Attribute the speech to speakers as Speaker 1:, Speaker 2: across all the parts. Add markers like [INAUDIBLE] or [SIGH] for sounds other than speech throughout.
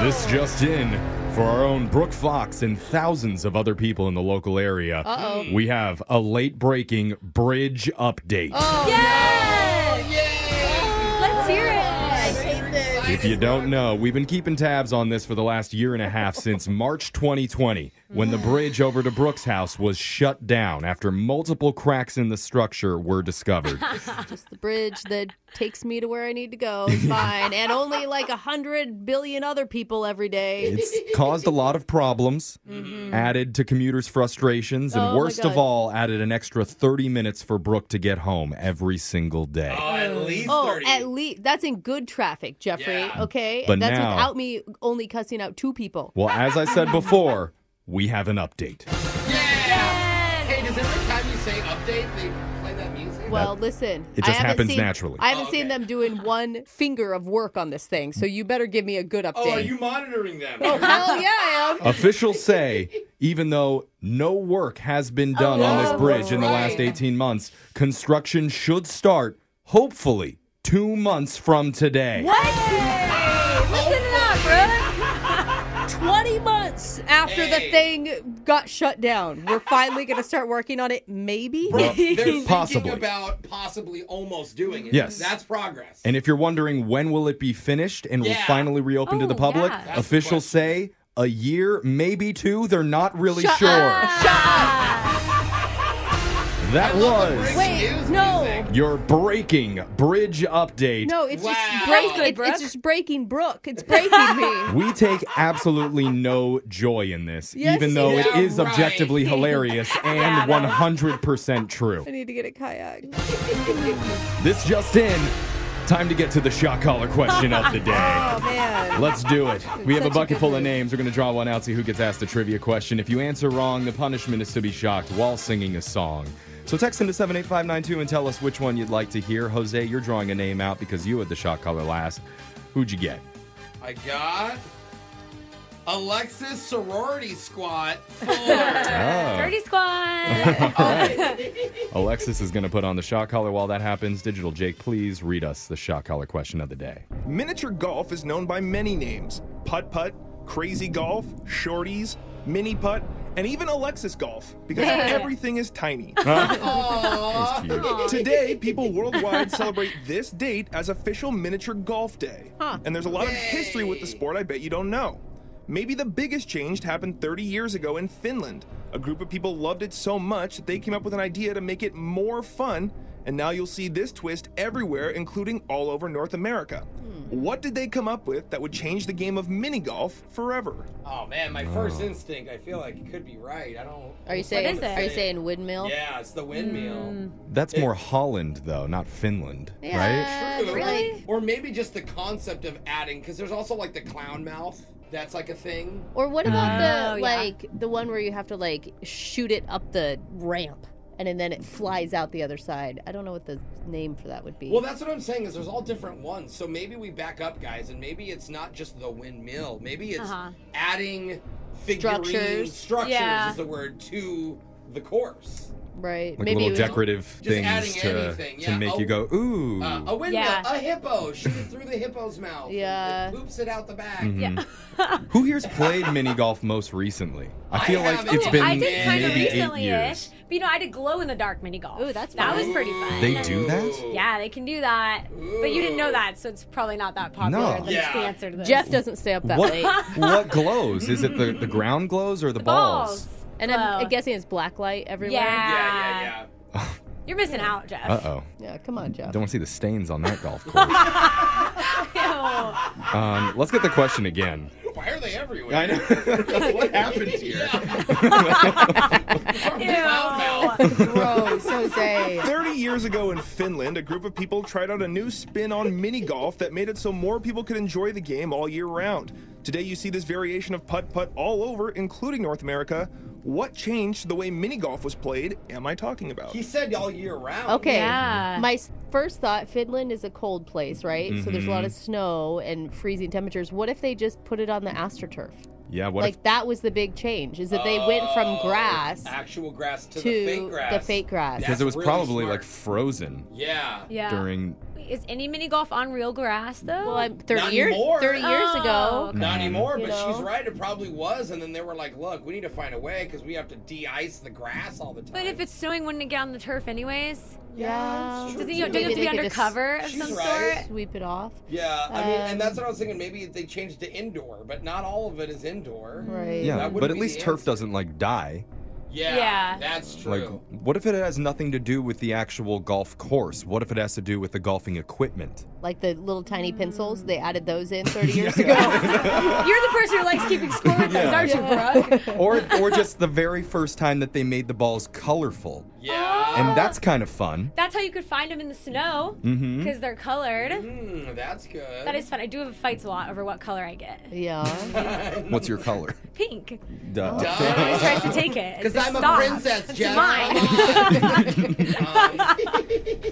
Speaker 1: This just in for our own Brooke Fox and thousands of other people in the local area.
Speaker 2: Uh-oh.
Speaker 1: We have a late breaking bridge update.
Speaker 2: Oh, Yes!
Speaker 3: Oh,
Speaker 2: Let's hear it.
Speaker 1: If you don't know, we've been keeping tabs on this for the last year and a half since [LAUGHS] March 2020, when the bridge over to Brooks' house was shut down after multiple cracks in the structure were discovered.
Speaker 2: [LAUGHS] Just the bridge that takes me to where I need to go
Speaker 3: [LAUGHS]
Speaker 2: is fine, and only like a hundred billion other people every day.
Speaker 1: It's caused a lot of problems, added to commuters' frustrations, and
Speaker 2: Mm-hmm. Oh my
Speaker 1: worst of
Speaker 2: God.
Speaker 1: all, added an extra 30 minutes for Brooke to get home every single day.
Speaker 3: Oh, at least
Speaker 2: Oh,
Speaker 3: 30.
Speaker 2: at least that's in good traffic, Jeffrey.
Speaker 3: Yeah.
Speaker 2: Okay,
Speaker 1: But
Speaker 2: and that's
Speaker 1: now-
Speaker 2: without me only cussing out two people.
Speaker 1: Well, as I said before, we have an update.
Speaker 3: yeah! Hey, does every time you say update, they play that music?
Speaker 2: Well, listen.
Speaker 1: It
Speaker 2: I
Speaker 1: just
Speaker 2: haven't
Speaker 1: happens
Speaker 2: seen-
Speaker 1: naturally.
Speaker 2: I haven't
Speaker 3: Oh,
Speaker 2: seen
Speaker 3: okay.
Speaker 2: them doing one finger of work on this thing, so you better give me a good update.
Speaker 3: oh, are you monitoring them?
Speaker 2: Hell yeah, I am.
Speaker 1: Officials say, even though no work has been done on this
Speaker 2: Oh,
Speaker 1: bridge in the
Speaker 3: right.
Speaker 1: last 18 months, construction should start, hopefully, two months from today.
Speaker 2: What? Listen to that, bro. 20 months after the
Speaker 3: Hey.
Speaker 2: thing got shut down, we're finally going to start working on it, maybe?
Speaker 1: Bro,
Speaker 3: [LAUGHS] They're thinking
Speaker 1: Possibly.
Speaker 3: about possibly almost doing it.
Speaker 1: Yes.
Speaker 3: That's progress.
Speaker 1: And if you're wondering when will it be finished and will
Speaker 3: Yeah.
Speaker 1: finally reopen to the
Speaker 2: Oh,
Speaker 1: public,
Speaker 2: yeah. That's
Speaker 3: the
Speaker 1: officials say a year, maybe two. They're not really sure. That
Speaker 3: love the
Speaker 1: was
Speaker 3: bridge.
Speaker 2: Wait,
Speaker 3: Excuse
Speaker 2: no.
Speaker 3: music.
Speaker 1: your breaking bridge update.
Speaker 2: [LAUGHS] No, it's just
Speaker 3: Wow.
Speaker 2: break,
Speaker 4: Good,
Speaker 2: it,
Speaker 4: Brooke.
Speaker 2: it's just breaking Brooke. It's breaking [LAUGHS] me.
Speaker 1: We take absolutely no joy in this,
Speaker 2: Yes,
Speaker 1: even though it
Speaker 3: yeah,
Speaker 1: is
Speaker 3: right.
Speaker 1: objectively
Speaker 2: [LAUGHS]
Speaker 1: hilarious and 100% true.
Speaker 2: I need to get a kayak.
Speaker 1: This just in, time to get to the shot collar question of the day.
Speaker 2: [LAUGHS] Oh man.
Speaker 1: Let's do it. We have a
Speaker 2: Such a
Speaker 1: bucket
Speaker 2: good
Speaker 1: full of
Speaker 2: move.
Speaker 1: names. We're going to draw one out, see who gets asked the trivia question. If you answer wrong, the punishment is to be shocked while singing a song. So text into 78592 and tell us which one you'd like to hear. Jose, you're drawing a name out because you had the shot collar last. Who'd you get?
Speaker 3: I got Alexis Sorority Squad.
Speaker 2: Uh, [LAUGHS]
Speaker 3: Fuller.
Speaker 1: Oh.
Speaker 4: Dirty
Speaker 1: [LAUGHS]
Speaker 4: Squad.
Speaker 1: Um, Alexis is going to put on the shot collar while that happens. Digital Jake, please read us the shot collar question of the day.
Speaker 5: Miniature golf is known by many names putt putt, crazy golf, shorties, mini putt, and even Alexis golf because everything is tiny.
Speaker 1: That's cute.
Speaker 5: [LAUGHS] Today, people worldwide celebrate this date as official miniature golf day. And there's a lot of history with the sport I bet you don't know. Maybe the biggest change happened 30 years ago in Finland. A group of people loved it so much that they came up with an idea to make it more fun, and now you'll see this twist everywhere, including all over North America. What did they come up with that would change the game of mini golf forever?
Speaker 3: Oh man, my first instinct, I feel like it could be right. I don't
Speaker 2: Are you saying
Speaker 4: is it?
Speaker 2: are you saying windmill? Mm.
Speaker 3: Yeah, it's the windmill.
Speaker 1: That's more Holland, though, not Finland, right?
Speaker 2: Yeah,
Speaker 3: True.
Speaker 2: like-
Speaker 3: Or maybe just the concept of adding, because there's also like the clown mouth. That's like a thing.
Speaker 2: Or what about
Speaker 4: Oh,
Speaker 2: the
Speaker 4: yeah.
Speaker 2: like the one where you have to like shoot it up the ramp and then- then it flies out the other side? I don't know what the name for that would be.
Speaker 3: Well, that's what I'm saying is there's all different ones. So maybe we back up, guys, and maybe it's not just the windmill. Maybe it's
Speaker 4: Uh-huh.
Speaker 3: adding figurines,
Speaker 2: Structures.
Speaker 3: structures,
Speaker 4: Yeah.
Speaker 3: is the word to the course.
Speaker 2: right?
Speaker 1: Like
Speaker 2: Maybe
Speaker 1: little
Speaker 2: it was-
Speaker 1: decorative things
Speaker 3: adding
Speaker 1: to,
Speaker 3: anything,
Speaker 1: to
Speaker 3: yeah.
Speaker 1: make
Speaker 3: Oh.
Speaker 1: you go, ooh.
Speaker 3: Uh, a windmill,
Speaker 4: Yeah.
Speaker 3: a hippo, shoot it through the hippo's mouth. and
Speaker 2: Yeah.
Speaker 3: It poops it out the back.
Speaker 1: Mm-hmm.
Speaker 4: yeah.
Speaker 1: Who here's played mini golf most recently? I
Speaker 3: I
Speaker 1: feel like
Speaker 3: haven't.
Speaker 1: it's
Speaker 3: Ooh,
Speaker 1: been
Speaker 4: I did kind of
Speaker 1: maybe eight
Speaker 4: recently ish.
Speaker 1: years.
Speaker 4: But you know, I did glow in the dark mini golf.
Speaker 2: Ooh, that's
Speaker 4: That
Speaker 2: fun.
Speaker 4: was pretty fun.
Speaker 1: They do that?
Speaker 3: Ooh.
Speaker 4: Yeah, they can do that. But you didn't know that, so it's probably not that popular.
Speaker 1: No.
Speaker 4: That's the
Speaker 3: Yeah.
Speaker 4: answer to this.
Speaker 2: Jeff doesn't stay up that
Speaker 1: What,
Speaker 2: late, [LAUGHS]
Speaker 1: what glows? Is it the, the ground glows or the,
Speaker 4: balls.
Speaker 2: and I'm,
Speaker 4: Glow.
Speaker 2: I'm guessing it's black light everywhere.
Speaker 3: Yeah,
Speaker 4: Yeah.
Speaker 3: yeah, yeah.
Speaker 4: You're missing out, Jeff.
Speaker 1: Uh oh.
Speaker 2: Yeah, come on, Jeff.
Speaker 1: Don't want to see the stains on that golf course.
Speaker 4: [LAUGHS] Ew.
Speaker 1: um, let's get the question again.
Speaker 3: Why are they everywhere?
Speaker 1: I know. [LAUGHS]
Speaker 3: what happened here?
Speaker 4: Ew.
Speaker 2: Gross, Jose.
Speaker 5: 30 years ago in Finland, a group of people tried out a new spin on mini golf that made it so more people could enjoy the game all year round. Today, you see this variation of putt putt all over, including North America. What changed the way mini golf was played am I talking about?
Speaker 3: He said all year
Speaker 2: [LAUGHS]
Speaker 3: round.
Speaker 2: Okay.
Speaker 4: Yeah.
Speaker 2: My s- first thought: Finland is a cold place, right? So there's a lot of snow and freezing temperatures. What if they just put it on the astroturf?
Speaker 1: Yeah, what
Speaker 2: like that was the big change is that they went from grass
Speaker 3: actual grass to,
Speaker 2: to
Speaker 3: the fake grass.
Speaker 2: the fake grass.
Speaker 1: if, because
Speaker 3: That's
Speaker 1: it was
Speaker 3: really
Speaker 1: probably
Speaker 3: smart.
Speaker 1: like frozen
Speaker 3: Yeah.
Speaker 4: Yeah.
Speaker 1: during
Speaker 4: Is any mini golf on real grass though?
Speaker 2: well, I'm- 30
Speaker 3: Not
Speaker 2: years
Speaker 3: anymore.
Speaker 2: 30 years
Speaker 4: Oh,
Speaker 2: ago.
Speaker 4: okay.
Speaker 3: Not
Speaker 1: Mm.
Speaker 3: anymore,
Speaker 2: You
Speaker 3: but
Speaker 2: know?
Speaker 3: she's right. It probably was, and then they were like, "Look, we need to find a way because we have to de-ice the grass all the time."
Speaker 4: but if it's snowing, wouldn't it get on the turf anyways?
Speaker 2: Yeah.
Speaker 3: it's
Speaker 4: Does
Speaker 3: true,
Speaker 4: it, you
Speaker 3: too.
Speaker 4: don't you have
Speaker 2: Maybe
Speaker 4: to be
Speaker 2: they could just-
Speaker 4: undercover of
Speaker 3: She's
Speaker 4: some
Speaker 3: right.
Speaker 4: sort?
Speaker 2: Sweep it off.
Speaker 3: Yeah, I mean, and
Speaker 2: Um,
Speaker 3: that's what I was thinking. Maybe they changed it to indoor, but not all of it is indoor.
Speaker 2: Right.
Speaker 1: yeah,
Speaker 3: That wouldn't
Speaker 1: but at
Speaker 3: be
Speaker 1: least
Speaker 3: the
Speaker 1: turf
Speaker 3: answer.
Speaker 1: doesn't like die.
Speaker 3: Yeah,
Speaker 4: Yeah.
Speaker 3: that's true.
Speaker 1: Like, what if it has nothing to do with the actual golf course? What if it has to do with the golfing equipment?
Speaker 2: Like the little tiny pencils, they added those in 30 years ago. [LAUGHS]
Speaker 4: You're the person who likes keeping score
Speaker 1: [LAUGHS]
Speaker 4: with those,
Speaker 1: Yeah.
Speaker 4: aren't you,
Speaker 2: [LAUGHS]
Speaker 4: Brooke?
Speaker 1: Or,
Speaker 3: [LAUGHS]
Speaker 1: or just the very first time that they made the balls colorful,
Speaker 3: yeah,
Speaker 1: and that's kind of fun.
Speaker 4: That's how you could find them in the snow because
Speaker 1: Mm-hmm.
Speaker 4: they're colored.
Speaker 3: Hmm, that's good.
Speaker 4: Oh. That is fun. I do have fights a lot over what color I get.
Speaker 2: yeah.
Speaker 1: What's your
Speaker 3: [LAUGHS]
Speaker 1: color?
Speaker 4: Pink.
Speaker 1: Duh.
Speaker 4: Everyone [LAUGHS] always tries to take it.
Speaker 3: because
Speaker 4: It's
Speaker 3: I'm
Speaker 4: stop.
Speaker 3: a princess,
Speaker 4: It's
Speaker 3: Jenna. [LAUGHS]
Speaker 4: mine.
Speaker 3: Come
Speaker 1: [LAUGHS]
Speaker 3: on.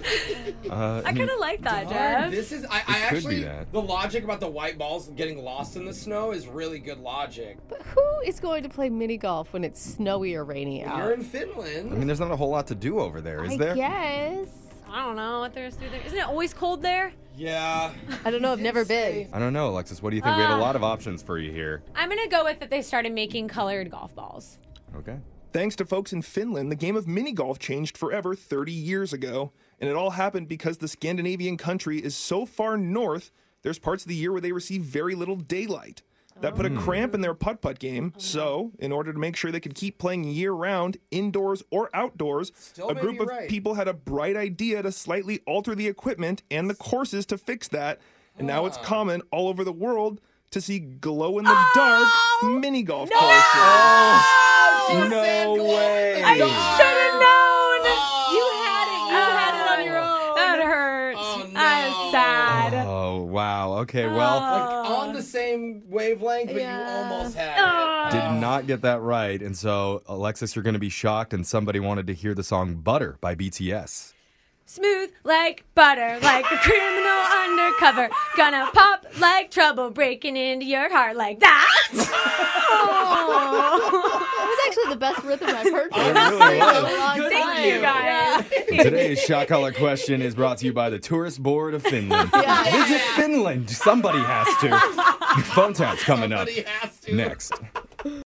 Speaker 1: Uh,
Speaker 4: I kind of like that,
Speaker 3: Darn,
Speaker 4: Jeff.
Speaker 3: This is I, I
Speaker 1: could be
Speaker 3: actually
Speaker 1: that.
Speaker 3: the logic about the white balls getting lost in the snow is really good logic.
Speaker 2: Who is going to play mini golf when it's snowy or rainy out?
Speaker 3: You're in Finland.
Speaker 1: I mean, there's not a whole lot to do over there, is
Speaker 2: I
Speaker 1: there?
Speaker 2: guess.
Speaker 4: I don't know what there's through there. Isn't it always cold there?
Speaker 3: yeah.
Speaker 2: I don't know. I've never
Speaker 3: say-
Speaker 2: been.
Speaker 1: I don't know, Alexis. What do you think? we
Speaker 3: Ah.
Speaker 1: have a lot of options for you here.
Speaker 4: I'm gonna go with that they started making colored golf balls.
Speaker 1: Okay.
Speaker 5: Thanks to folks in Finland, the game of mini golf changed forever 30 years ago, and it all happened because the Scandinavian country is so far north, there's parts of the year where they receive very little daylight. That
Speaker 3: Oh.
Speaker 5: put a cramp in their putt putt game, so, in order to make sure they could keep playing year round, indoors or outdoors,
Speaker 3: Still
Speaker 5: a
Speaker 3: may
Speaker 5: group
Speaker 3: be
Speaker 5: of
Speaker 3: right.
Speaker 5: people had a bright idea to slightly alter the equipment and the courses to fix that, and now
Speaker 3: Ah.
Speaker 5: it's common all over the world to see glow in the
Speaker 3: Oh!
Speaker 5: dark mini golf courses.
Speaker 1: No way.
Speaker 4: I should have known.
Speaker 2: You had it. You had it on your own.
Speaker 4: That hurts.
Speaker 3: Oh, no.
Speaker 4: I'm sad.
Speaker 1: Oh wow. Okay. Well,
Speaker 3: on the same wavelength, but
Speaker 2: Yeah.
Speaker 3: you almost had it.
Speaker 1: did not get that right, and so Alexis, you're going to be shocked. And somebody wanted to hear the song "Butter" by BTS.
Speaker 4: Smooth like butter, like a criminal undercover. Gonna pop like trouble, breaking into your heart like that.
Speaker 2: It was actually the best rhythm I've heard for
Speaker 1: It really was.
Speaker 2: a long
Speaker 3: Good
Speaker 2: time.
Speaker 4: Thank you guys.
Speaker 1: Today's
Speaker 3: [LAUGHS]
Speaker 1: shot collar question is brought to you by the Tourist Board of Finland.
Speaker 3: [LAUGHS]
Speaker 1: Visit Finland. Somebody has to. Phone tap's coming
Speaker 3: Somebody
Speaker 1: up
Speaker 3: has to.
Speaker 1: next.